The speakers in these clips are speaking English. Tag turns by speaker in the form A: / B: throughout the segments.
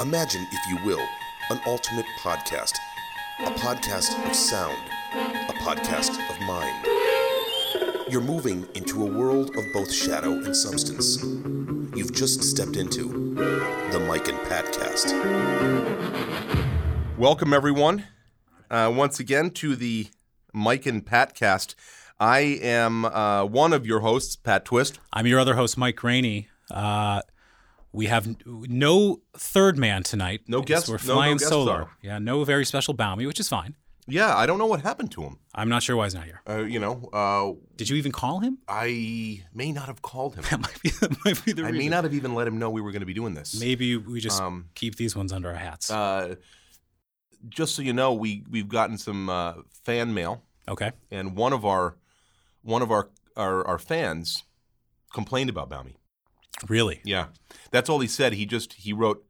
A: Imagine, if you will, an alternate podcast, a podcast of sound, a podcast of mind. You're moving into a world of both shadow and substance. You've just stepped into the Mike and Patcast. Welcome, everyone, uh, once again to the Mike and Patcast. I am uh, one of your hosts, Pat Twist.
B: I'm your other host, Mike Rainey. Uh, we have n- no third man tonight.
A: No
B: It's-
A: guest-
B: We're
A: no- no
B: flying
A: guest
B: solo.
A: star.
B: Yeah, no very special Bounty, which is fine.
A: Yeah, I don't know what happened to him.
B: I'm not sure why he's not here.
A: Uh, you know, uh,
B: Did you even call him?
A: I may not have called him.
B: That might be, that might be the
A: I
B: reason.
A: may not have even let him know we were going to be doing this.
B: Maybe we just
A: Um,
B: keep these ones under our hats.
A: Uh, just so you know, we we've gotten some uh, fan mail,
B: okay.
A: and one of our one of our our, our fans complained about Bounty.
B: Really?
A: Yeah, that's all he said. He just he wrote,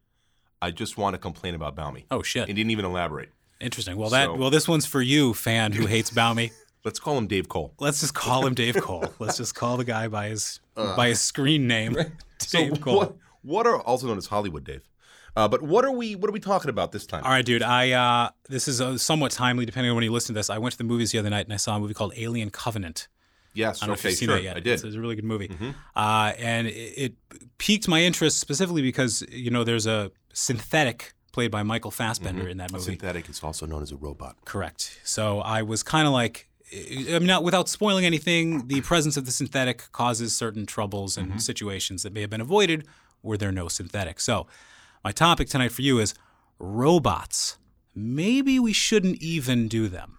A: "I just want to complain about Bounty."
B: Oh shit.
A: He didn't even elaborate.
B: Interesting. Well, that
A: So-
B: well, this one's for you, fan who hates Bounty.
A: Let's call him Dave Cole.
B: Let's just call him Dave Cole. Let's just call the guy by his by his screen name, Dave
A: Uh. so
B: Cole.
A: What, what are also known as Hollywood Dave? Uh, but what are we what are we talking about this time?
B: All right, dude. I uh, this is uh, somewhat timely, depending on when you listen to this. I went to the movies the other night and I saw a movie called Alien Covenant.
A: Yes,
B: I don't know
A: okay,
B: if you've seen
A: sure,
B: that yet.
A: I did. Mm-hmm.
B: It's, it's a really good movie, uh, and it, it piqued my interest specifically because you know there's a synthetic played by Michael Fassbender
A: Mm-hmm.
B: in that movie.
A: Synthetic is also known as a robot.
B: Correct. So I was kind of like, eh, I mean, not without spoiling anything, the presence of the synthetic causes certain troubles and
A: Mm-hmm.
B: situations that may have been avoided were there no synthetic. So my topic tonight for you is robots. Maybe we shouldn't even do them.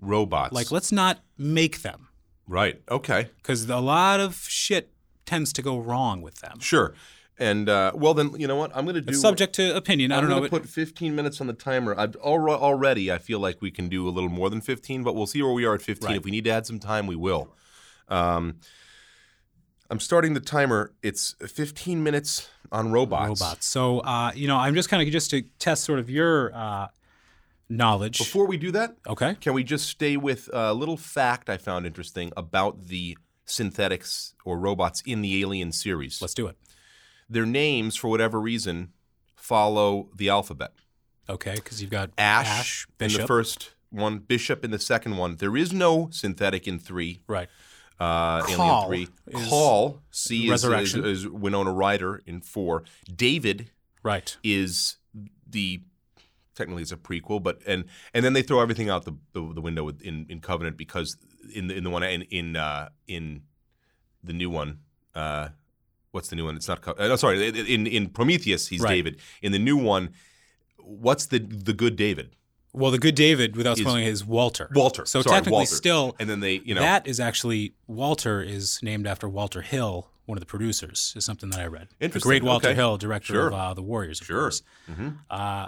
A: Robots.
B: Like, let's not make them
A: right. Okay.
B: because a lot of shit tends to go wrong with them.
A: Sure. And uh, well, then you know what? I'm going to do.
B: It's subject to opinion. I
A: I'm
B: don't know.
A: gonna
B: but-
A: put 15 minutes on the timer. I've already, already. I feel like we can do a little more than 15, but we'll see where we are at 15.
B: Right.
A: If we need to add some time, we will. Um, I'm starting the timer. It's 15 minutes on robots.
B: robots. So, uh, you know, I'm just kind of just to test sort of your uh, knowledge.
A: Before we do that,
B: okay.
A: can we just stay with a little fact I found interesting about the synthetics or robots in the Alien series?
B: Let's do it.
A: Their names, for whatever reason, follow the alphabet.
B: Okay, because you've got
A: Ash,
B: Bishop,
A: in the first one, Bishop in the second one. There is no synthetic in three.
B: right?
A: Uh,
B: Call
A: Alien three.
B: is
A: Call C is, is,
B: Resurrection.
A: is Winona Ryder in four. David
B: Right.
A: is the technically it's a prequel, but and and then they throw everything out the the, the window with- in in Covenant because in the in the one in in uh, in the new one. Uh, What's the new one? It's not. Co- uh, no, sorry. In in Prometheus, he's
B: Right.
A: David. In the new one, what's the the good David?
B: Well, the good David, without spoiling it, is Walter.
A: Walter.
B: So
A: Sorry,
B: technically,
A: Walter.
B: still
A: and then they, you know,
B: that is actually Walter is named after Walter Hill, one of the producers. Is something that I read.
A: Interesting.
B: The great Walter
A: Okay.
B: Hill, director
A: Sure.
B: of uh, the Warriors. Of
A: Sure. Mm-hmm.
B: Course. Uh,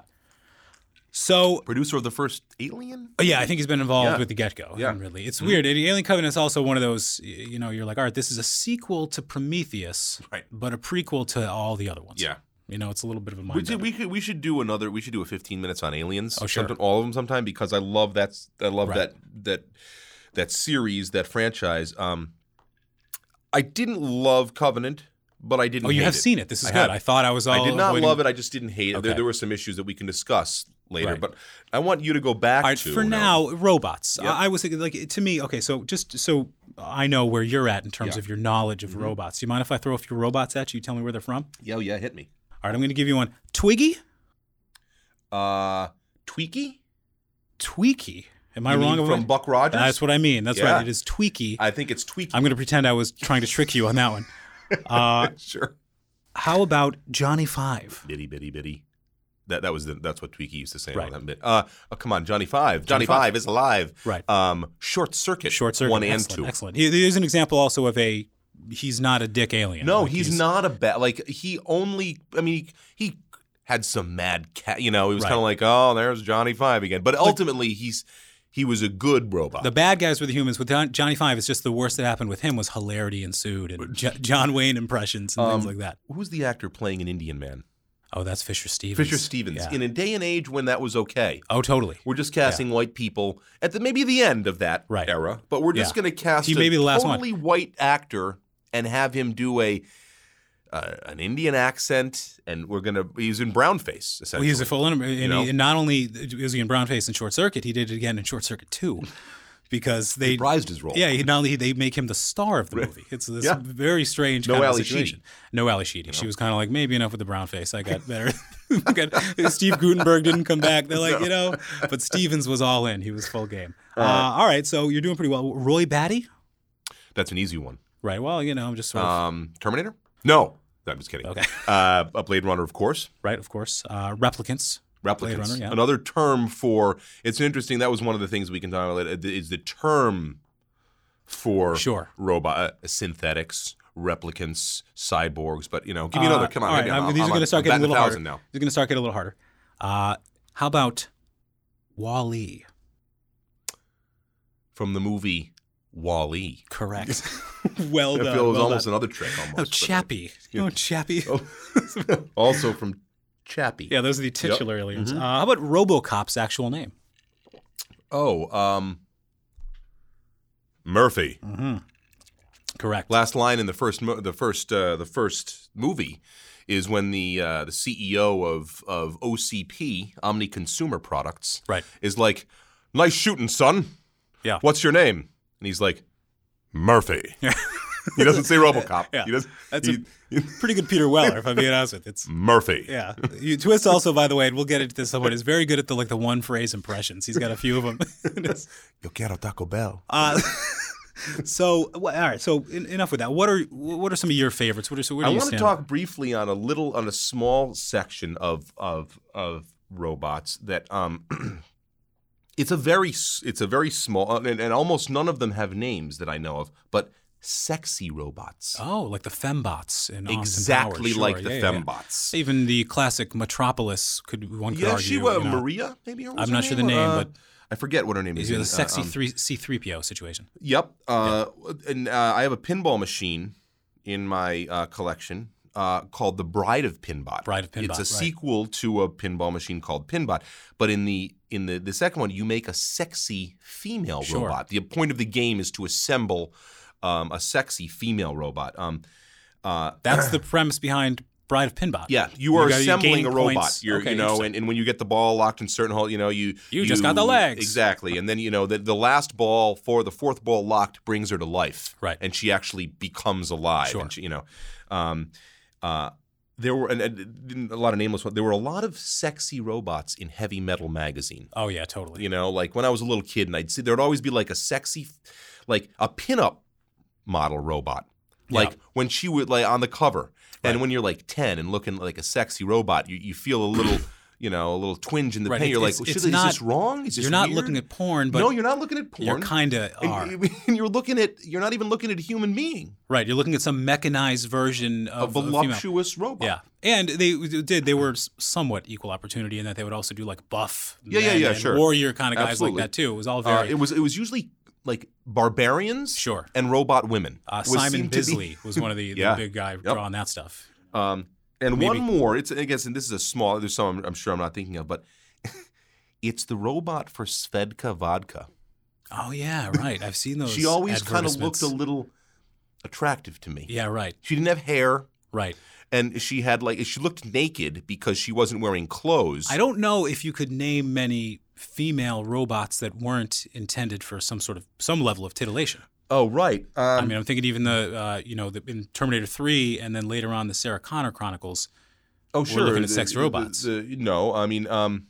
B: so
A: producer of the first Alien.
B: Oh, Yeah, I think he's been involved
A: Yeah.
B: with the get go.
A: Yeah. Mm-hmm.
B: Really. It's weird. And Alien Covenant is also one of those, y- you know, you're like, all right, this is a sequel to Prometheus,
A: Right.
B: but a prequel to all the other ones.
A: Yeah,
B: You know, it's a little bit of a
A: we
B: mind.
A: should, we could we should do another. We should do a fifteen minutes on Aliens.
B: Oh, sure.
A: sometime- all of them sometime because I love that. I love
B: Right.
A: that that that series, that franchise. Um, I didn't love Covenant, but I didn't.
B: Oh, you
A: hate
B: have
A: it.
B: seen it. This is
A: I
B: good.
A: have.
B: I thought I was all.
A: I did not
B: avoiding-
A: love it. I just didn't hate it. There,
B: Okay.
A: there were some issues that we can discuss later,
B: Right.
A: but I want you to go back
B: All right,
A: to
B: for
A: you know,
B: now, robots.
A: Yep.
B: I, I was thinking, like, to me, okay, so just so I know where you're at in terms
A: Yeah. Mm-hmm.
B: of your knowledge of robots. Do you mind if I throw a few robots at you? Tell me where they're from.
A: Yeah, yeah, hit me.
B: All right, I'm going to give you one. Twiggy,
A: Uh, Tweaky.
B: Tweaky. Am I
A: You mean
B: wrong?
A: from Buck Rogers?
B: That's what I mean. That's
A: Yeah.
B: right. It is Tweaky.
A: I think it's Tweaky.
B: I'm going to pretend I was trying to trick you on that one. Uh,
A: sure.
B: how about Johnny Five?
A: bitty bitty bitty. That that was the, that's what Tweaky used to say. on
B: Right.
A: That bit. Uh, oh, come on, Johnny Five. Johnny,
B: Five.
A: Five. is alive.
B: Right.
A: Um, short circuit.
B: Short Circuit.
A: One and
B: excellent,
A: two.
B: Excellent. Here- Here's an example also of a he's not a dick alien.
A: No,
B: Like,
A: he's, not a bad. Like he only. I mean, he, he had some mad cat. You know, he was
B: Right.
A: kind of like, oh, there's Johnny Five again. But ultimately, he's he was a good robot.
B: The bad guys were the humans. With Don, Johnny Five, it's just the worst that happened with him was hilarity ensued and Jo- John Wayne impressions and
A: Um,
B: things like that.
A: Who's the actor playing an Indian man?
B: Oh, that's Fisher Stevens.
A: Fisher Stevens.
B: Yeah.
A: In a day and age when that was okay.
B: oh, totally.
A: We're just casting white people at the maybe the end of that
B: Right.
A: era, but we're just
B: Yeah.
A: going to cast
B: He
A: a
B: may be the last one.
A: totally white actor and have him do a uh, an Indian accent, and we're gonna he's in brownface essentially.
B: Well, he's a full and, and,
A: know?
B: he, and not only is he in Brownface and Short Circuit, he did it again in Short Circuit Two, because they
C: Reprised his role.
B: Yeah, he, not only they make him the star of the movie. It's this
A: Yeah.
B: very strange
A: No
B: kind
A: Ali
B: of situation. No Ali Sheedy. She was kind of like, maybe enough with the brown face. I got better. Got- Steve Gutenberg didn't come back. They're like, you know, but Stevens was all in. He was full game. Uh, all right, so you're doing pretty well. Roy Batty,
A: That's an easy one.
B: right? Well, you know, I'm just sort of
A: Um, Terminator? No, No, I'm just kidding.
B: Okay.
A: uh, a Blade Runner, of course.
B: right, of course. Uh, replicants.
A: Replicants.
B: Runner, yeah.
A: Another term for it's interesting. That was one of the things we can talk about later, is the term for
B: Sure.
A: robot uh, synthetics, replicants, cyborgs. But you know, give me another.
B: Uh,
A: Come on,
B: all right,
A: maybe
B: I'm-
A: I'm-
B: these
A: I'm
B: are going
A: on-
B: to start
A: I'm batting
B: getting a little
A: a
B: harder.
A: thousand now.
B: These are going to start getting a little harder. Uh, how about Wally?
A: From the movie Wall-E.
B: Correct. well
A: I
B: done.
A: feel it was
B: well
A: almost
B: done.
A: another trick. Almost.
B: Oh,
A: but-
B: Chappie. You know Chappie?
A: also from Chappie.
B: Yeah, those are the titular aliens. Uh, how about RoboCop's actual name?
A: Oh, um, Murphy.
B: Mm-hmm. Correct.
A: Last line in the first mo- the first uh, the first movie is when the uh, the CEO of of OCP Omni Consumer Products
B: Right.
A: is like, "Nice shooting, son.
B: Yeah.
A: What's your name?" And he's like, "Murphy." he doesn't say RoboCop.
B: Yeah.
A: He does.
B: That's
A: he-
B: a pretty good Peter Weller, if I'm being honest with you. It's
A: Murphy.
B: yeah. You, Twist also, by the way, and we'll get into this someone is very good at the like the one phrase impressions. He's got a few of them.
A: Yo quiero Taco Bell.
B: uh, so wh- all right. So en- enough with that. What are what are some of your favorites? What are so? Where
A: I
B: do you
A: want to
B: stand
A: talk briefly on a little on a small section of of of robots that um it's a very s- it's a very small uh, and, and almost none of them have names that I know of, but sexy robots.
B: Oh, like the fembots in Austin
A: exactly
B: Powers, sure,
A: like the
B: yeah, yeah, yeah.
A: fembots.
B: Even the classic Metropolis could one could
A: Yeah,
B: argue.
A: she was
B: you know,
A: Maria maybe or was
B: I'm
A: her
B: not sure the name,
A: Uh,
B: but-
A: I forget what her name is.
B: is the
A: Uh,
B: sexy
A: um,
B: three C three PO situation.
A: Yep. Uh, And uh, I have a pinball machine in my uh, collection uh, called the Bride of Pinbot.
B: Bride of Pinbot,
A: It's a
B: right.
A: sequel to a pinball machine called Pinbot. But in the in the, the second one, you make a sexy female
B: Sure.
A: robot. The point of the game is to assemble um, a sexy female robot. Um, uh,
B: That's the premise behind Bride of Pinbot.
A: yeah, you are
B: gotta- you
A: assembling
B: gain
A: a robot.
B: points.
A: You're,
B: Okay,
A: you know,
B: interesting.
A: and, and when you get the ball locked in certain hole, you know, you
B: You just got the legs.
A: exactly. And then you know the, the last ball for the fourth ball locked brings her to life,
B: Right.
A: And she actually becomes alive.
B: Sure.
A: And she, you know, um, uh, there were and, and a lot of nameless. ones. There were a lot of sexy robots in heavy metal magazine.
B: Oh yeah, totally.
A: You know, like when I was a little kid, and I'd see there'd always be like a sexy, like a pinup model robot, like when she would like on the cover, and when you're like ten and looking like a sexy robot, you, you feel a little, you know, a little twinge in the
B: Right,
A: pain. You're
B: it's-
A: like,
B: it's
A: should, is
B: not-
A: this wrong? Is this
B: You're not
A: weird?"
B: looking at porn, but
A: no, you're not looking at porn.
B: you're kind of are.
A: and, and you're looking at you're not even looking at a human being,
B: right, you're looking at some mechanized version
A: a
B: of of female-
A: voluptuous robot.
B: Yeah, and they w- did. They were s- somewhat equal opportunity in that they would also do like buff,
A: Yeah, yeah,
B: men
A: yeah,
B: and
A: sure.
B: warrior kind of guys
A: Absolutely.
B: like that too. It was all
A: Uh,
B: very
A: it was it was usually like barbarians,
B: Sure.
A: and robot women.
B: Uh,
A: was
B: Simon
A: seemed to be-
B: Bisley was one of the, the
A: Yeah.
B: big guy drawing that stuff.
A: Um, and one more. It's I guess, and this is a small. There's some I'm, I'm sure I'm not thinking of, but it's the robot for Svedka vodka.
B: Oh yeah, right. I've seen those.
A: She always kind of
B: advertisements.
A: looked a little attractive to me.
B: Yeah, right,
A: She didn't have hair,
B: right.
A: and she had like she looked naked because she wasn't wearing clothes.
B: I don't know if you could name many female robots that weren't intended for some sort of some level of titillation.
A: Oh right. Um,
B: I mean, I'm thinking even the uh, you know the, in Terminator Three, and then later on the Sarah Connor Chronicles.
A: oh sure.
B: looking at sex
A: the-
B: robots.
A: the- the- no, I mean, um,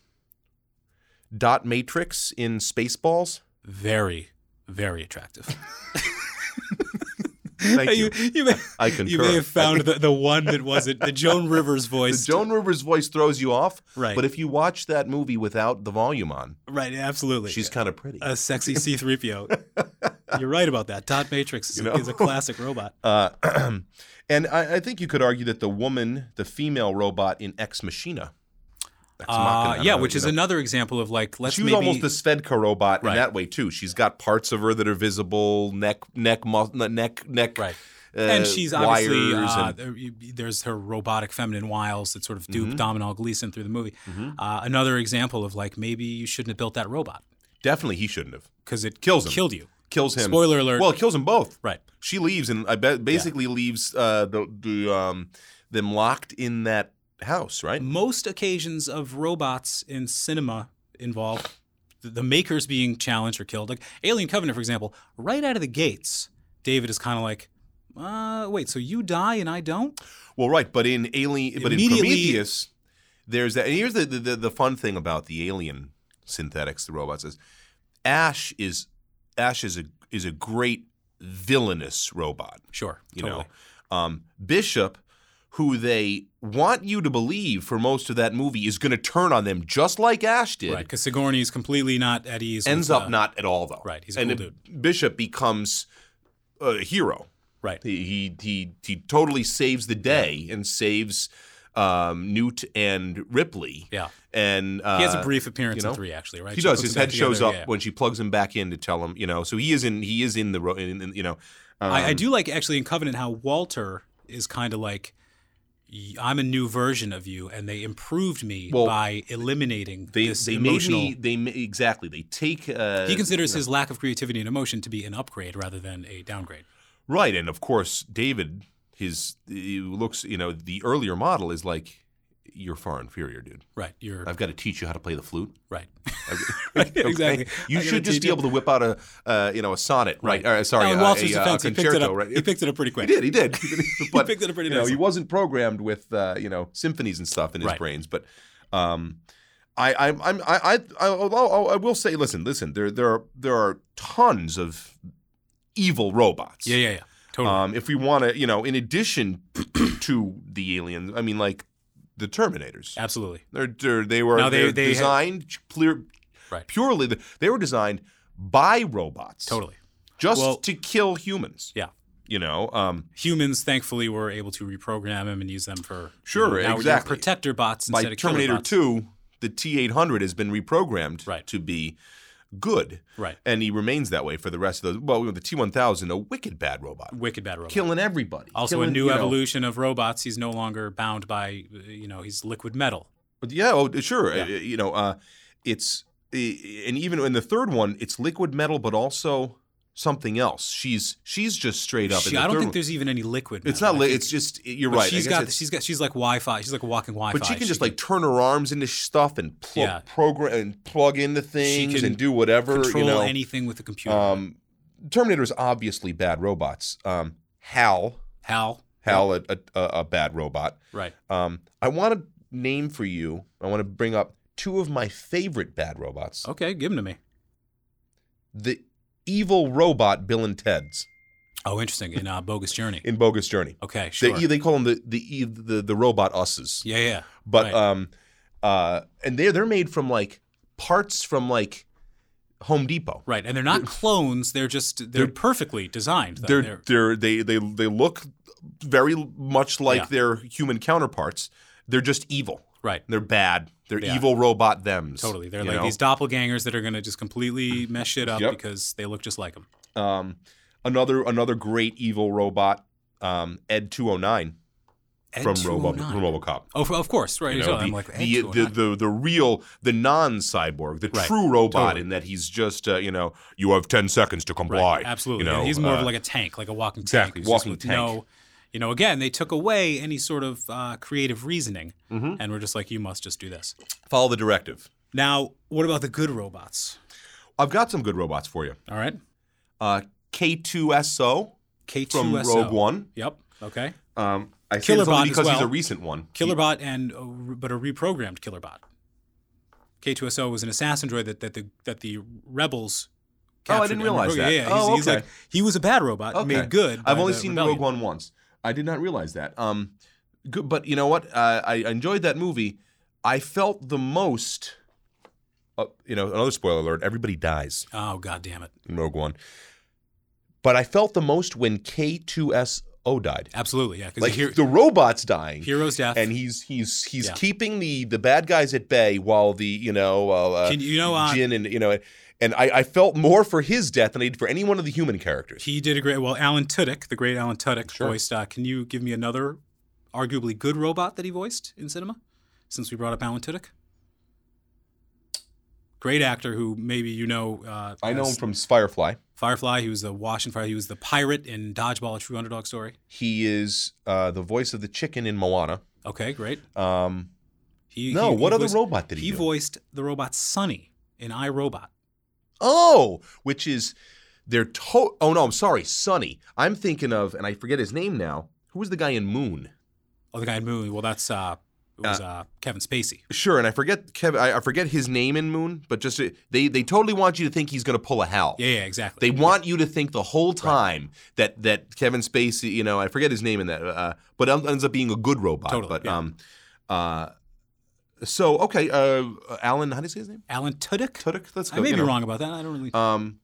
A: dot matrix in Spaceballs.
B: Very, very attractive.
A: Thank you.
B: you, you may,
A: I
B: you
A: concur.
B: may have found the, the one that wasn't the Joan Rivers
A: The
B: voice.
A: Joan Rivers voice throws you off,
B: Right.
A: But if you watch that movie without the volume on,
B: right, absolutely.
A: She's kind of pretty.
B: a sexy C3PO. You're right about that. Dot Matrix is,
A: You know?
B: is a classic robot.
A: Uh, and I, I think you could argue that the woman, the female robot in Ex Machina, Ex Machina, I
B: Uh,
A: don't
B: yeah,
A: know,
B: which
A: you
B: is
A: know.
B: another example of like let's
A: She was
B: maybe
A: almost a Svedka robot
B: Right.
A: in that way too. She's got parts of her that are visible, neck, neck, mus- neck, neck.
B: Right.
A: Uh,
B: and she's obviously
A: wires
B: uh,
A: and- Mm-hmm.
B: there- you- there's her robotic feminine wiles that sort of dupe Domhnall Gleeson through the movie. Uh, another example of like maybe you shouldn't have built that robot
A: definitely he shouldn't have
B: because it
A: Kills him.
B: killed you.
A: kills him.
B: Spoiler alert.
A: Well, it kills them both.
B: Right.
A: She leaves, and I bet basically leaves uh, the the um, them locked in that house, right?
B: Most occasions of robots in cinema involve the, the makers being challenged or killed. Like Alien Covenant, for example, right out of the gates, David is kind of like, uh, wait, so you die and I don't?
A: Well, right, but in Alien, but in
B: Immediately-
A: Prometheus, there's that. And here's the, the the fun thing about the alien synthetics, the robots is Ash is Ash is a is a great villainous robot.
B: Sure.
A: You
B: totally.
A: know, um, Bishop, who they want you to believe for most of that movie is going to turn on them just like Ash did.
B: Right, because Sigourney is completely not at ease.
A: Ends
B: with,
A: up
B: uh,
A: not at all though.
B: right, he's a
A: and
B: cool
A: Bishop becomes a hero.
B: Right.
A: He he he, he totally saves the day and saves um, Newt and Ripley.
B: Yeah.
A: And uh,
B: He has a brief appearance
A: you know,
B: in three, actually, right?
A: He
B: She
A: does.
B: puts
A: His
B: them back
A: head shows up
B: together, yeah.
A: when she plugs him back in to tell him. You know. So he is in. He is in the. Ro- in, in, you know. Um,
B: I, I do like actually in Covenant how Walter is kind of like, "Y- I'm a new version of you, and they improved me
A: Well,
B: by eliminating
A: They,
B: this
A: they made
B: emotional.
A: me. They ma- exactly. They take. Uh,
B: he considers his lack of creativity and emotion to be an upgrade rather than a downgrade.
A: Right, and of course, David, his he looks, you know, the earlier model is like, you're far inferior, dude.
B: Right. You're
A: I've got to teach you how to play the flute.
B: right.
A: Okay?
B: Exactly.
A: You
B: I gotta
A: should just
B: teach
A: be
B: you.
A: able to whip out a, uh, you know, a sonnet, right?
B: Right. Oh,
A: Uh, sorry,
B: Alan
A: uh,
B: Walters'
A: a, uh,
B: defense,
A: a
B: he picked it
A: concerto,
B: up.
A: right?
B: He picked it up pretty quick.
A: He did. He did. but,
B: picked it up pretty
A: you know, he
B: nicely.
A: wasn't programmed with, uh, you know, symphonies and stuff in his
B: Right.
A: brains. But um, I, I, I'm, I, I, I, although oh, I will say, listen, listen. There, there are, there are tons of evil robots.
B: Yeah, yeah, yeah. Totally.
A: Um, if we want to, you know, in addition to the aliens, I mean, like the Terminators,
B: Absolutely.
A: they're, they're, they were
B: No, they-
A: they're
B: they had-
A: designed clear,
B: Right.
A: purely. They were designed by robots,
B: Totally.
A: just
B: Well-
A: to kill humans.
B: Yeah.
A: You know, um,
B: Humans, thankfully, were able to reprogram him and use them for
A: Sure,
B: now we're doing
A: exactly.
B: protector bots
A: by
B: instead of killer
A: Terminator
B: bots.
A: Two, the T eight hundred has been reprogrammed
B: Right.
A: to be good,
B: Right.
A: and he remains that way for the rest of the. Well, the T one thousand, a wicked bad robot,
B: Wicked bad robot.
A: killing everybody.
B: Also,
A: killing,
B: a new
A: you know-
B: evolution of robots. He's no longer bound by, uh, you know, he's liquid metal.
A: But Yeah, oh, sure.
B: Yeah.
A: Uh, You know, uh, it's uh, and even in the third one, it's liquid metal, but also something else. She's she's just straight up. in
B: She,
A: the
B: I don't
A: third
B: think
A: one-
B: there's even any liquid.
A: It's
B: metal.
A: not.
B: I
A: Li-
B: think-
A: it's just you're
B: but
A: right. I
B: She's
A: guess
B: got.
A: it's-
B: She's got. She's like Wi-Fi. She's like a walking Wi-Fi.
A: but she can just like turn her arms into stuff and pl-
B: Yeah.
A: program and plug into things
B: can
A: and do whatever.
B: control
A: you know,
B: anything with the computer.
A: um, Terminator's obviously bad robots. Um, Hal,
B: Hal.
A: Hal, a, a, a a bad robot.
B: Right.
A: Um, I want to name for you. I want to bring up two of my favorite bad robots.
B: Okay. Give him to me.
A: the evil robot Bill and Ted's
B: Oh, interesting. In uh, Bogus Journey.
A: in Bogus Journey.
B: Okay.
A: They- e,
B: Sure.
A: They, call them the the the, the robot usses,
B: yeah. Yeah.
A: but
B: right.
A: um, uh, and they they're made from like parts from like Home Depot.
B: Right. And they're not clones. They're just. They're,
A: They're-
B: perfectly designed. though.
A: They're, they're they they they look very much like
B: Yeah.
A: their human counterparts. They're just evil.
B: right.
A: They're bad. They're
B: Yeah.
A: evil robot thems.
B: Totally. They're
A: you
B: like
A: know?
B: these doppelgangers that are going to just completely mess shit up
A: Yep.
B: because they look just like them.
A: Um, another another great evil robot, um, Ed two hundred nine from Robo- RoboCop.
B: Oh, f- of course. Right.
A: You
B: so
A: know,
B: I'm
A: the,
B: like,
A: the,
B: Ed209.
A: the, the, the real, the non cyborg, the
B: Right.
A: true robot,
B: Totally.
A: in that he's just, uh, you know, you have 10 seconds to comply.
B: Right. Absolutely.
A: You know,
B: he's more
A: uh,
B: of like a tank, like a walking
A: exactly,
B: tank. who's just
A: walking
B: with
A: tank.
B: No, you know, again, they took away any sort of uh, creative reasoning
A: Mm-hmm.
B: and were just like, you must just do this.
A: follow the directive.
B: Now, what about the good robots?
A: I've got some good robots for you.
B: All right.
A: Uh, K2SO
B: K2SO.
A: from Rogue One.
B: Yep. Okay.
A: Um, I say
B: Killer
A: this only
B: Bot as
A: because he's a
B: well.
A: recent one.
B: Killerbot and a re- but a reprogrammed Killerbot. K2SO was an assassin droid that, that the that the rebels
A: Oh, I
B: captured
A: didn't
B: and
A: realize
B: reprogrammed.
A: that.
B: Yeah, yeah.
A: Oh,
B: he's, he's
A: okay.
B: like he was a bad robot
A: Okay.
B: made good.
A: I've
B: by
A: only
B: the
A: seen
B: rebellion.
A: Rogue One once. I did not realize that. Um, good, but you know what? Uh, I I enjoyed that movie. I felt the most. Uh, you know, another spoiler alert: everybody dies.
B: Oh god damn it.
A: in Rogue One. But I felt the most when K2SO died.
B: Absolutely, yeah. Because
A: Like
B: hear,
A: the robot's dying.
B: hero's death.
A: and he's he's he's
B: Yeah.
A: keeping the the bad guys at bay while the you know uh,
B: Can you- you know, uh,
A: Jin and you know and I, I felt more for his death than I did for any one of the human characters.
B: He did a great. Well, Alan Tudyk, the great Alan Tudyk,
A: Sure.
B: voiced. Uh, can you give me another, arguably good robot that he voiced in cinema? Since we brought up Alan Tudyk, great actor who maybe you know. Uh,
A: I know him
B: as
A: from Firefly.
B: Firefly. He was the Washington Firefly. He was the pirate in Dodgeball, a true underdog story.
A: He is uh, the voice of the chicken in Moana.
B: Okay, great.
A: Um,
B: He,
A: no,
B: he- he
A: what other
B: voiced-
A: robot did he,
B: He
A: do?
B: voiced the robot Sonny in iRobot.
A: oh, which is they're to- Oh no, I'm sorry, Sonny. I'm thinking of, and I forget his name now. Who was the guy in Moon?
B: Oh, the guy in Moon. Well, that's uh, it was uh, Kevin Spacey.
A: Sure, and I forget Kevin. I, I forget his name in Moon, but just they they totally want you to think he's going to pull a Hal.
B: Yeah, yeah, exactly.
A: They want you to think the whole time that that Kevin Spacey, you know, I forget his name in that, uh, but en- ends up being a good robot.
B: Totally,
A: But
B: yeah.
A: um, uh, so okay, uh, Alan, how do you say his name?
B: Alan Tudyk.
A: Tudyk. Let's go.
B: I may
A: you
B: be
A: know.
B: wrong about that. I don't really.
A: Um,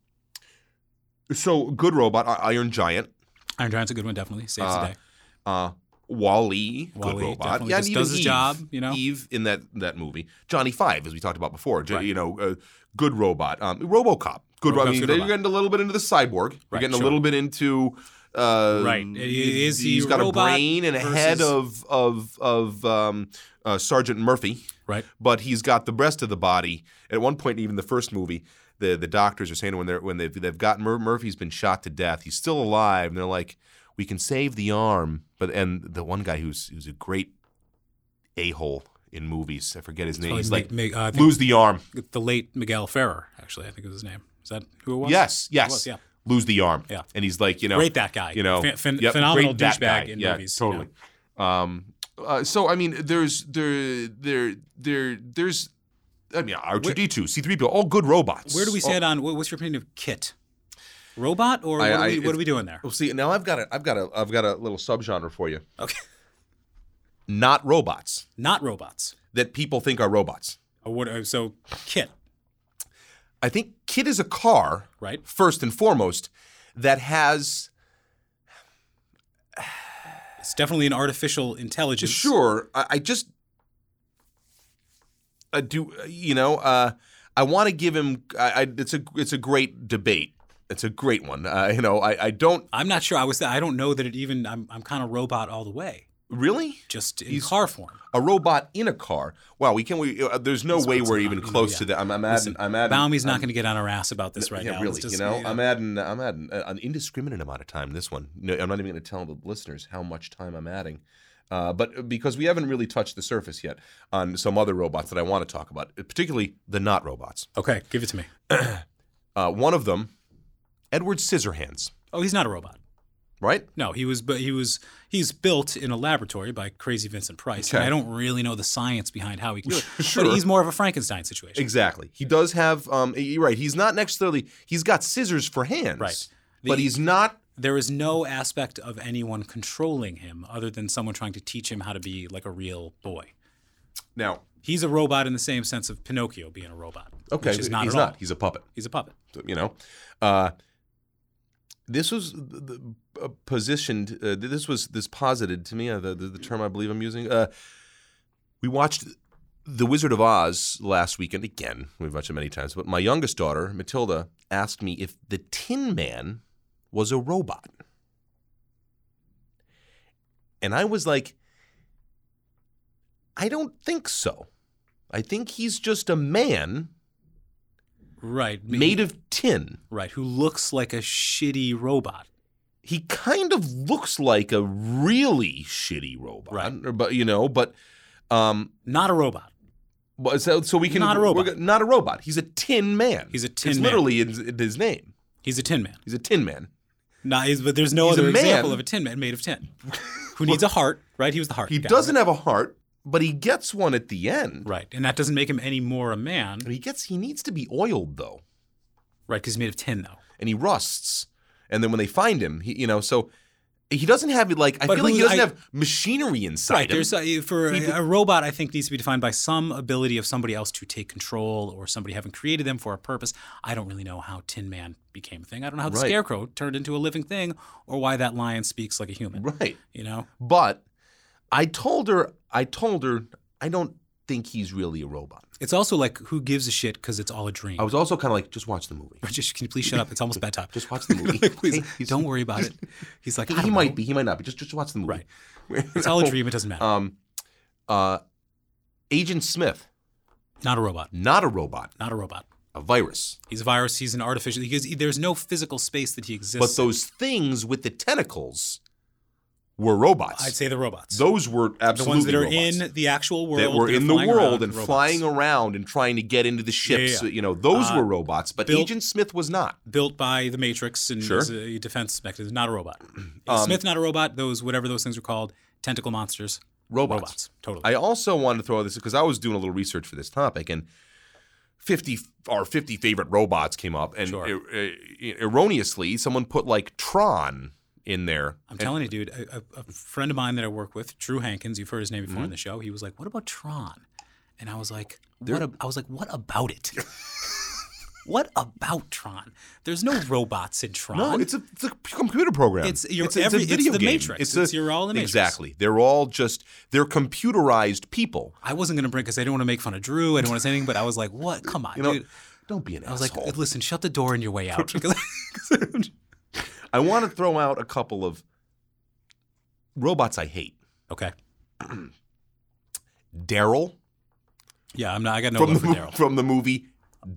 A: so good robot, I- Iron Giant,
B: Iron Giant's a good one, definitely. Saves
A: uh,
B: the day.
A: uh, Wally, good
B: Wall-E
A: robot.
B: definitely
A: and
B: just
A: even
B: does his
A: Eve.
B: job, you know?
A: Eve in that that movie, Johnny Five, as we talked about before. J-
B: Right.
A: You know, uh, good robot, um, RoboCop, good. robot.
B: RoboCop's
A: I mean,
B: good
A: they're
B: robot.
A: getting a little bit into the cyborg. We're
B: Right,
A: getting a
B: sure.
A: little bit into. Uh,
B: Right. Is he
A: has got a
B: robot
A: brain and a head of of of um, uh, Sergeant Murphy
B: Right.
A: but he's got the rest of the body. At one point, even the first movie, the the doctors are saying when they're when they've they've got Mur- Murphy's been shot to death, he's still alive, and they're like, "We can save the arm." But and the one guy who's who's a great a hole in movies, I forget his name.
B: Probably
A: He's
B: Mi-
A: like,
B: Mi- uh, I think
A: "Lose the arm."
B: the late Miguel Ferrer, actually, I think was his name. Is that who it was?
A: Yes, yes.
B: was, yeah.
A: Lose the arm.
B: Yeah.
A: And he's like, you know,
B: Great that guy.
A: you know,
B: Phen- phen-
A: yep,
B: phenomenal
A: great that
B: douchebag
A: guy.
B: in
A: yeah,
B: movies. you know.
A: Totally. Um, uh, so I mean, there's there there there there's. I mean, R two D two, C three PO, all good robots.
B: Where do we
A: All-
B: stand on wh- what's your opinion of Kit? Robot or
A: I-
B: what, are
A: I-
B: we, what
A: it's-
B: are we doing there?
A: Well, Oh, see, now I've got a, I've got a, I've got a little subgenre for you.
B: Okay.
A: Not robots
B: Not robots.
A: that people think are robots.
B: Or what, uh, so Kit,
A: I think Kit is a car,
B: right?
A: first and foremost, that has
B: It's definitely an artificial intelligence.
A: sure. I, I just, I do, you know, uh, I want to give him. I, I, it's a, it's a great debate. It's a great one. Uh, you know, I, I don't
B: I'm not sure. I was. I don't know that it even. I'm. I'm kind of robot all the way.
A: really.
B: Just in
A: He's-
B: car form.
A: A robot in a car. Wow, we can. We uh, there's no way
B: what's
A: we're
B: going
A: even
B: on, you know,
A: close
B: yeah.
A: to that. I'm, I'm adding.
B: Listen,
A: I'm adding.
B: Baumi's
A: I'm-
B: not going to get on our ass about this right
A: um, yeah,
B: now.
A: really.
B: It's just- uh,
A: you know,
B: yeah.
A: I'm adding I'm adding a- an indiscriminate amount of time. to This one, no, I'm not even going to tell the listeners how much time I'm adding, uh, but because we haven't really touched the surface yet on some other robots that I want to talk about, particularly the not robots.
B: okay, give it to me.
A: Uh, one of them, Edward Scissorhands,
B: Oh, he's not a robot.
A: right?
B: No, he was, but he was, he's built in a laboratory by crazy Vincent Price. And
A: Okay.
B: I don't really know the science behind how he can do it.
A: Sure.
B: But he's more of a Frankenstein situation.
A: Exactly. He does have. Um, you're right. He's not necessarily. He's got scissors for hands,
B: Right.
A: but
B: The-
A: he's not
B: There is no aspect of anyone controlling him other than someone trying to teach him how to be like a real boy.
A: now.
B: He's a robot in the same sense of Pinocchio being a robot.
A: Okay,
B: which is not
A: he's
B: at all.
A: not. He's a puppet.
B: He's a puppet.
A: you know. Uh, this was th- th- uh, positioned. Uh, th- this was this posited to me. Uh, the, the the term I believe I'm using. Uh, we watched The Wizard of Oz last weekend again. We've watched it many times. But my youngest daughter Matilda asked me if the Tin Man was a robot, and I was like, I don't think so. I think he's just a man
B: Right.
A: made of tin.
B: right. Who looks like a shitty robot.
A: he kind of looks like a really shitty robot,
B: Right.
A: or- But you know, but um,
B: Not a robot.
A: but so so we can
B: Not a
A: we're
B: robot.
A: go- not a robot. He's a Tin Man.
B: He's a Tin
A: it's
B: Man.
A: Literally, in, in his name.
B: He's a tin man.
A: He's a Tin Man.
B: Not, he's, but there's no
A: He's a
B: other
A: man.
B: example of a tin man made of tin. Who needs a heart, right? He was the heart.
A: He
B: guy,
A: doesn't have a heart, but he gets one at the end.
B: Right. And that doesn't make him any more a man,
A: And he gets he needs to be oiled though,
B: right? Because he's made of tin, though.
A: and he rusts. And then when they find him, he you know so he doesn't have like I
B: But
A: feel like he
B: who's-
A: doesn't
B: I-
A: have machinery inside
B: Right.
A: him.
B: There's a, for a, a robot, I think needs to be defined by some ability of somebody else to take control or somebody having created them for a purpose. I don't really know how Tin Man became a thing. I don't know how the
A: Right.
B: Scarecrow turned into a living thing or why that lion speaks like a human.
A: right.
B: You know,
A: But I told her, I told her, I don't think he's really a robot.
B: it's also like who gives a shit because it's all a dream.
A: I was also kind of like, just watch the movie.
B: Just can you please shut up? It's almost bedtime.
A: Just watch the movie.
B: Like, please,
A: Okay? He's-
B: don't worry about it. He's like, I
A: He
B: don't
A: might
B: know.
A: be. He might not be. Just, just watch the movie.
B: Right.
A: Right.
B: It's all a dream. It doesn't matter.
A: Um, uh, Agent Smith,
B: Not a robot.
A: not a robot.
B: Not a robot.
A: a virus.
B: He's a virus. He's an artificial. Because there's no physical space that he exists.
A: But those things with the tentacles were robots.
B: in. I'd say the robots.
A: those were
B: the
A: absolutely
B: ones that are
A: robots.
B: in the actual world.
A: that were
B: are
A: in the
B: flying
A: world
B: around,
A: and
B: robots.
A: flying around and trying to get into the ships.
B: yeah, yeah.
A: So, You know, those
B: Uh,
A: were robots, but
B: built-
A: Agent Smith was not.
B: Built by the Matrix and
A: Sure.
B: is a defense mechanism. Not a robot.
A: Um,
B: Smith, not a robot. Those whatever those things are called, tentacle monsters.
A: Robots.
B: Robots. Totally.
A: I also wanted to throw this because I was doing a little research for this topic and 50 our 50 favorite robots came up and
B: Sure.
A: er- er- erroneously someone put like Tron in there.
B: I'm telling you, dude. A, a, a friend of mine that I work with, Drew Hankins, you've heard his name before
A: Mm-hmm.
B: on the show. He was like, "What about Tron?" And I was like, "What?" ab- I was like, "What about it?" what about Tron? There's no robots in Tron.
A: No, it's a, it's a computer program.
B: It's- you're- every- it's the Matrix. It's- you're all in the Matrix.
A: Exactly. They're all just they're computerized people.
B: I wasn't gonna bring because I didn't want to make fun of Drew. I didn't want to say anything, but I was like, "What? Come on,
A: You know,
B: dude!"
A: don't be an
B: I was like, uh,
A: asshole.
B: "Listen, shut the door on your way out." Because-
A: I want to throw out a couple of robots I hate.
B: okay,
A: Daryl
B: yeah, I'm not. I got no
A: from the
B: love for
A: mo-
B: Daryl.
A: from the movie.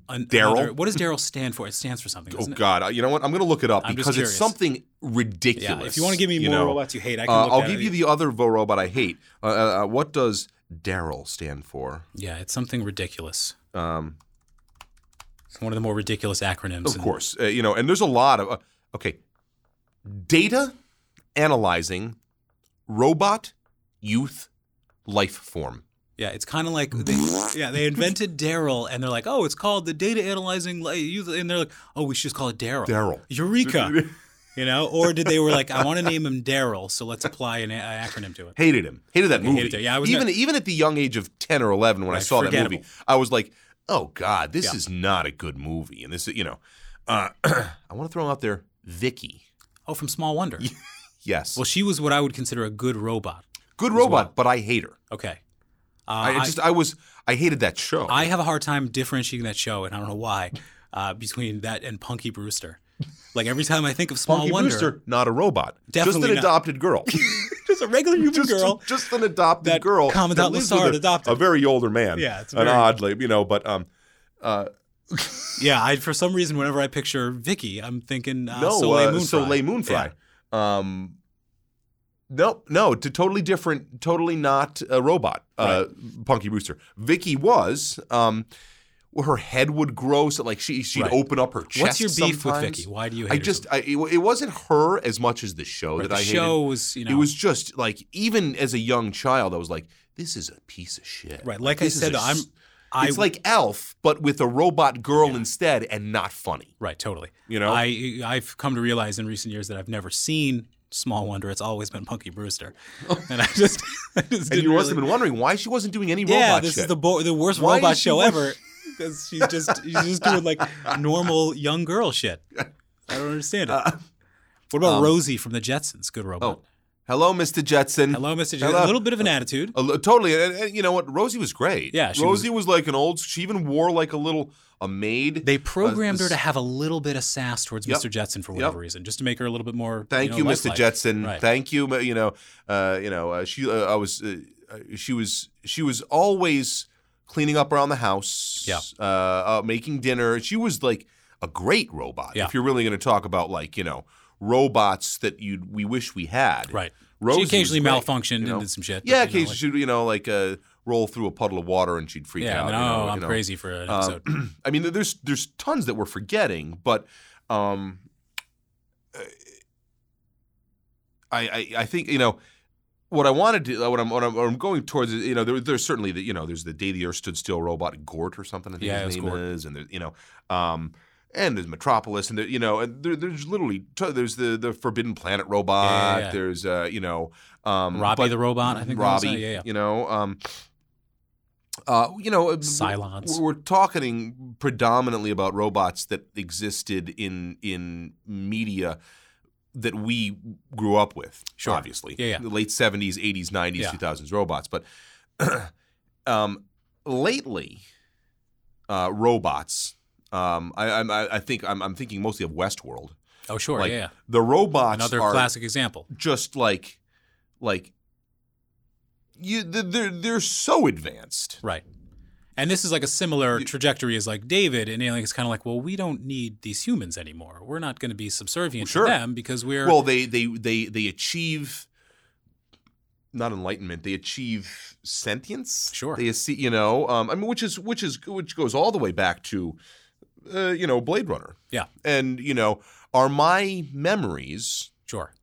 B: An-
A: Daryl?
B: another- What does Daryl stand for? It stands for something.
A: Oh
B: doesn't it?
A: God, I- you know what? I'm going to look it up
B: I'm just
A: because it's
B: curious.
A: something ridiculous.
B: Yeah. If you want to give me more
A: know?
B: robots you hate, I can.
A: Uh,
B: look
A: I'll
B: that
A: give
B: up.
A: you the other vo- robot I hate. Uh, uh, uh, what does Daryl stand for?
B: Yeah, it's something ridiculous.
A: Um,
B: It's one of the more ridiculous acronyms.
A: of
B: and-
A: course, uh, you know, and there's a lot of uh, okay, data analyzing, robot, youth, life form.
B: Yeah, it's kind of like they, yeah, they invented Daryl, and they're like, oh, it's called the data analyzing. li- youth," And they're like, oh, we should just call it Daryl.
A: Daryl.
B: Eureka. You know, or did they were like, I want to name him Daryl, so let's apply an, a- an acronym to it.
A: Hated him. Hated that movie.
B: hated it. Yeah, I was
A: even
B: gonna-
A: even at the young age of ten or eleven when I
B: Right,
A: saw that movie,
B: forgettable.
A: I was like, "Oh God, this
B: Yeah.
A: is not a good movie." And this, is- you know, uh, I want to throw out there, Vicky.
B: Oh, from Small Wonder.
A: Yes,
B: Well, she was what I would consider a good robot.
A: good robot, but I hate her.
B: Okay. Uh,
A: I, I
B: I,
A: just I was I hated that show.
B: I have a hard time differentiating that show, and I don't know why, uh, between that and Punky Brewster. Like every time I think of Small
A: Punky
B: Wonder,
A: Brewster, not a robot, just
B: Definitely
A: an
B: not.
A: adopted girl,
B: just a regular human
A: just
B: girl.
A: just an adopted
B: That
A: girl.
B: Commandant
A: that lives
B: Lassard
A: with a,
B: adopted.
A: a very older man.
B: Yeah, it's
A: an
B: very-
A: odd, like you know, but um, uh,
B: Yeah, I for some reason whenever I picture Vicky, I'm thinking uh,
A: no,
B: Soleil
A: uh,
B: Moon.
A: Soleil Moonfry. Um, no, no, to totally different, totally not a robot. Uh, Punky Brewster. Vicky was. Um, well, her head would grow, so like she she'd
B: Right.
A: open up her chest.
B: What's your beef with
A: sometimes.
B: Vicky? Why do you hate
A: I
B: her
A: just I, it, it wasn't her as much as the show
B: so
A: that
B: much?
A: I
B: the
A: hated.
B: show was you know
A: It was just like even as a young child, I was like, "This is a piece of shit."
B: right. Like I
A: this is
B: said,
A: a
B: I'm
A: s-
B: I
A: it's like Elf, but with a robot girl instead, and not funny.
B: right totally.
A: You know?
B: I I've come to realize in recent years that I've never seen Small Wonder. It's always been Punky Brewster, and I just I just
A: Oh. And
B: didn't
A: you must
B: really-
A: have been wondering why she wasn't doing any
B: yeah.
A: robot
B: This
A: shit.
B: is the bo- the worst
A: Why
B: robot
A: is she
B: show
A: wa-
B: ever because she's just she's just doing like normal young girl shit. I don't understand it.
A: Uh,
B: what about
A: um,
B: Rosie from the Jetsons? Good robot.
A: Oh, hello, Mr. Jetson.
B: Hello, Mr. Jetson.
A: Hello. Uh,
B: A little bit of an attitude.
A: A li- totally, and, and you know what? Rosie was great.
B: Yeah, she
A: Rosie was, like an old. She even wore like a little a maid.
B: They programmed her
A: this-
B: to have a little bit of sass towards
A: Yep.
B: Mr. Jetson for whatever reason, just to make her a little bit more.
A: Thank
B: know,
A: you, Mr.
B: lifelike.
A: Jetson.
B: Right.
A: Thank you. ma- You know, uh, you know. Uh, she, uh, I was, uh, uh, she was, she was always cleaning up around the house.
B: Yeah.
A: Uh, uh, making dinner. She was like a great robot.
B: Yeah.
A: If you're really going to talk about like you know robots that you would we wish we had.
B: Right.
A: Rosie
B: she
A: was
B: occasionally
A: great,
B: malfunctioned
A: you know?
B: and did some shit.
A: Yeah,
B: but, you know,
A: occasionally she'd you know like uh, roll through a puddle of water and she'd
B: like-
A: freak
B: yeah,
A: out.
B: I mean,
A: you know,
B: oh, I'm
A: you know.
B: crazy for an
A: Um,
B: episode.
A: I mean, there's there's tons that we're forgetting, but um, uh, I, I I think you know what I wanted to what I'm what I'm, what I'm going towards is you know there, there's certainly the you know there's the day the earth stood still robot Gort or something I think
B: Yeah,
A: his
B: it was
A: name
B: Gort.
A: is and there, you know um and there's Metropolis and there, you know and there, there's literally t- there's the the Forbidden Planet robot
B: yeah.
A: there's uh you know um
B: Robbie
A: but-
B: the robot, I think. that was
A: Robbie
B: it. yeah, yeah.
A: you know um uh you know uh,
B: Cylons.
A: we're, we're talking predominantly about robots that existed in in media that we grew up with,
B: Sure.
A: obviously.
B: Yeah, yeah.
A: The late 70s, 80s, 90s,
B: Yeah.
A: 2000s robots. But um, lately, uh, robots, um, I, I'm- I, I think I'm, I'm thinking mostly of Westworld.
B: Oh, sure.
A: like,
B: yeah, yeah.
A: The robots
B: Another
A: are
B: classic example.
A: just like, like, you, they're, they're so advanced
B: Right. And this is like a similar trajectory as like David and Alien. It's kind of like, well, we don't need these humans anymore. We're not going to be subservient
A: Sure.
B: to them because we're
A: Well, they they they they achieve not enlightenment. They achieve sentience.
B: Sure.
A: They see, you know, um, I mean, which is which is which goes all the way back to, uh, you know, Blade Runner.
B: Yeah.
A: And you know, are my memories
B: sure,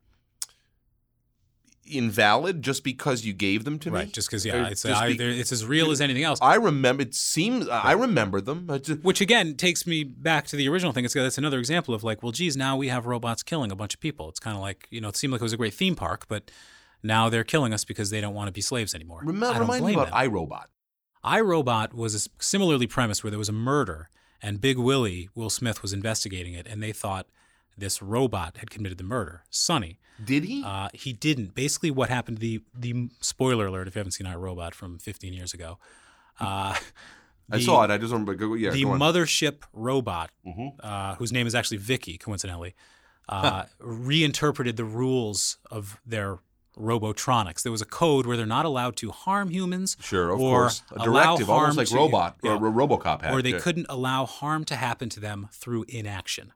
A: invalid just because you gave them to me?
B: right? Just because yeah,
A: Or
B: it's
A: just
B: I,
A: be-
B: they're- it's as real as anything else.
A: I remember. It seems I remember them. I just-
B: Which again takes me back to the original thing. It's that's another example of like, well, geez, now we have robots killing a bunch of people. It's kind of like you know, it seemed like it was a great theme park, but now they're killing us because they don't want to be slaves anymore.
A: Remi-
B: I don't
A: remind me
B: blame
A: about
B: them.
A: iRobot.
B: iRobot was a s- similarly premised where there was a murder and Big Willie, Will Smith, was investigating it, and they thought this robot had committed the murder, Sonny.
A: Did he?
B: Uh, he didn't. Basically, what happened? The the spoiler alert if you haven't seen iRobot from 15 years ago. Uh,
A: I
B: the-
A: saw it. I just remember. go- Yeah.
B: the
A: go on. Mm-hmm.
B: mothership robot, uh, whose name is actually Vicky, coincidentally, uh, reinterpreted the rules of their robotronics. There was a code where they're not allowed to harm humans,
A: Sure, of
B: or
A: course. A
B: allow
A: directive,
B: harm
A: almost like
B: to-
A: robot
B: yeah,
A: or, or RoboCop had.
B: or they
A: yeah.
B: couldn't allow harm to happen to them through inaction.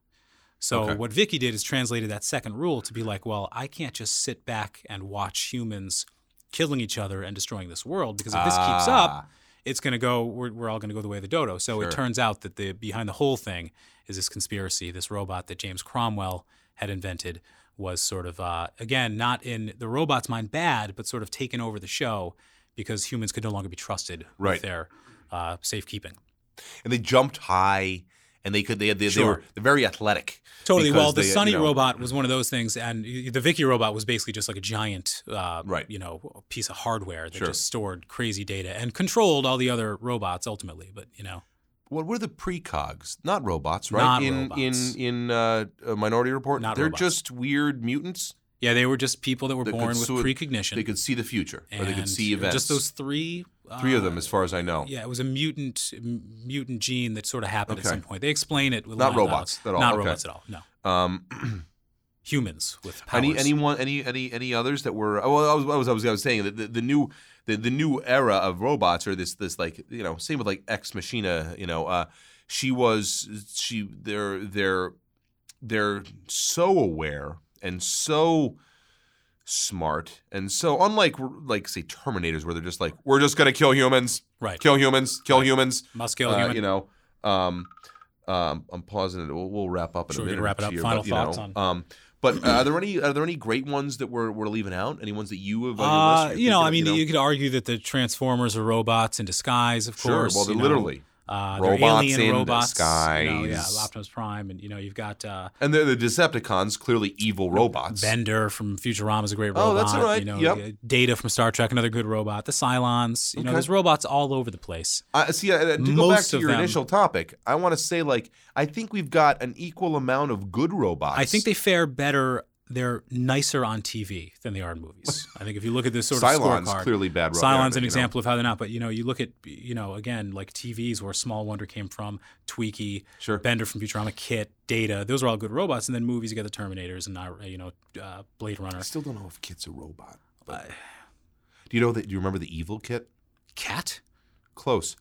B: So
A: Okay.
B: what Vicky did is translated that second rule to be like, well, I can't just sit back and watch humans killing each other and destroying this world because if this keeps
A: Ah.
B: up, it's going to go. We're, we're all going to go the way of the dodo. So
A: Sure.
B: it turns out that the behind the whole thing is this conspiracy. This robot that James Cromwell had invented was sort of uh, again not in the robot's mind bad, but sort of taken over the show because humans could no longer be trusted
A: Right.
B: with their uh, safekeeping.
A: and they jumped high and they could they had they, they were
B: Sure.
A: very athletic.
B: Totally.
A: because
B: Well, the
A: they,
B: Sunny
A: you know,
B: robot was one of those things, and y- the Vicky robot was basically just like a giant, uh,
A: Right.
B: you know, piece of hardware that
A: Sure.
B: just stored crazy data and controlled all the other robots ultimately. But you know,
A: What were the precogs? Not robots, right?
B: Not
A: in
B: robots.
A: in in uh, uh, Minority Report,
B: Not
A: they're
B: robots.
A: just weird mutants.
B: yeah, they were just people that were
A: They could
B: born with
A: sui-
B: precognition.
A: They could see the future, or they could
B: and
A: see events.
B: Just those three. Uh,
A: three of them, as far as I know.
B: Yeah, it was a mutant m- mutant gene that sort of happened
A: Okay.
B: at some point. They explain it with a
A: Not
B: lot of
A: robots
B: knowledge.
A: at all,
B: Not
A: okay.
B: robots at all. No,
A: Um,
B: humans with powers.
A: any anyone any any any others that were? oh, Well, I was I was I was, I was saying that the, the new the, the new era of robots or this this like you know same with like Ex Machina. You know, uh, she was she they're they're they're so aware and so smart and so unlike like say Terminators where they're just like we're just gonna kill humans,
B: right?
A: kill humans, kill humans.
B: Must kill
A: Uh,
B: human.
A: You know, um, um, I'm pausing it. We'll, we'll wrap up in
B: Sure,
A: a
B: we
A: minute.
B: can wrap
A: or
B: it up.
A: two here,
B: Final
A: but, you know,
B: thoughts on-
A: Um, but uh, are there any are there any great ones that we're we're leaving out? Any ones that you have? on your
B: Uh,
A: list or
B: you know, I
A: thinking
B: mean,
A: of,
B: you, could argue that the Transformers are robots in disguise, of
A: sure.
B: course.
A: Well, they're
B: you know.
A: literally,
B: uh,
A: robots
B: they're alien
A: in
B: robots. You know, yeah,
A: disguise.
B: Optimus Prime, and you know, you've got uh,
A: and they're the Decepticons, clearly evil robots.
B: Bender from Futurama is a great robot.
A: Oh, that's all right.
B: You know, uh,
A: Yep.
B: Data from Star Trek, another good robot. The Cylons. You know,
A: Okay.
B: there's robots all over the place.
A: I see. I, to go back
B: Most
A: to
B: of
A: your
B: them-
A: initial topic, I want to say like I think we've got an equal amount of good robots.
B: I think they fare better. They're nicer on TV than they are in movies. I think if you look at this sort of
A: Cylon's
B: scorecard,
A: clearly bad. robot,
B: Cylon's
A: you
B: an
A: know.
B: example of how they're not. But you know, you look at you know again like TVs where Small Wonder came from, Tweaky,
A: Sure.
B: Bender from Futurama, Kit, Data. Those are all good robots. And then movies, you got the Terminators and uh, you know uh, Blade Runner.
A: I still don't know if Kit's a robot.
B: Uh,
A: Do you know that? Do you remember the evil Kit?
B: cat,
A: Close.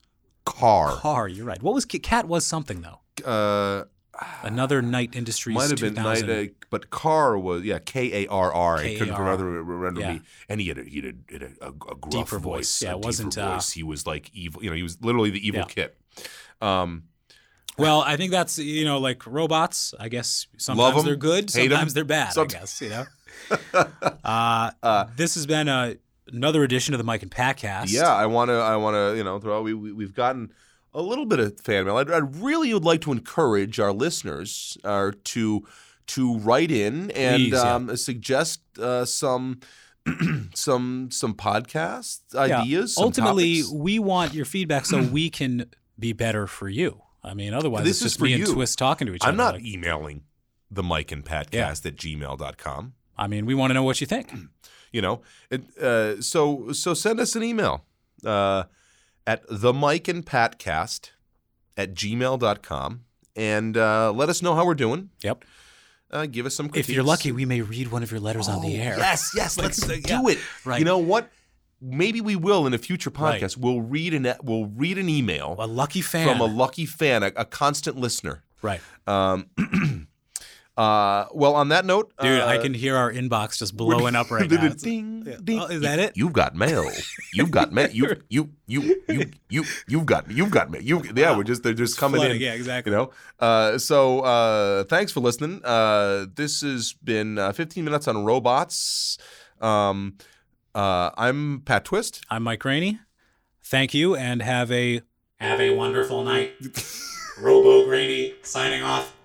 A: Car.
B: car. You're right. What was Kit? Cat was something though.
A: Uh,
B: Another Night Industries.
A: might have been
B: 2000.
A: night, uh, but Carr was yeah K A R R. I couldn't
B: K.A.R.R..
A: remember remember
B: Yeah.
A: me, and he had a, he had a, had a, a, a gruff
B: Deeper
A: voice.
B: voice. Yeah,
A: a
B: it wasn't,
A: deeper
B: uh,
A: voice. He was like evil. You know, he was literally the evil
B: Yeah.
A: kid. Um,
B: Well, I think that's you know like robots. I guess sometimes
A: 'em,
B: they're good,
A: hate 'em,
B: sometimes they're bad.
A: somet-
B: I guess you know. uh, this has been uh another edition of the Mike and Pat cast.
A: yeah, I want to I want to you know throw we, we we've gotten a little bit of fan mail. I, I really would like to encourage our listeners are to to write in and
B: Please, yeah.
A: um, suggest uh, some. some some podcast
B: Yeah,
A: ideas. some
B: Ultimately,
A: topics.
B: we want your feedback so we can be better for you. I mean, otherwise,
A: This
B: it's
A: is
B: just
A: for
B: me and
A: you.
B: Twist talking to each
A: I'm
B: other.
A: not
B: like-
A: emailing the Mike and Patcast
B: Yeah.
A: at gmail.com.
B: I mean, we want to know what you think.
A: You know, it, uh, so so send us an email uh, at the Mike and Patcast at gmail.com and uh, let us know how we're doing.
B: Yep.
A: Uh, give us some critiques.
B: If you're lucky, we may read one of your letters on the air.
A: Yes, yes, let's uh, do
B: yeah,
A: it.
B: Oh, right.
A: You know what? maybe we will in a future
B: Right.
A: podcast. We'll read an e- we'll read an email
B: A lucky fan.
A: from a lucky fan, a, a constant listener.
B: right.
A: Um, uh, well, on that note,
B: Dude,
A: uh,
B: I can hear our inbox just blowing up right now. It's-
A: ding,
B: Yeah.
A: ding.
B: Oh, is that it?
A: You've got mail. You've got mail. You you you you you you've got you've got mail. You yeah, we're just they're just coming
B: flooding.
A: in.
B: Yeah, exactly.
A: You know. Uh, so uh, thanks for listening. Uh, this has been uh, 15 minutes on robots. Um, uh, I'm Pat Twist.
B: I'm Mike Rainey. Thank you and have a have a wonderful night. Robo Grady signing off.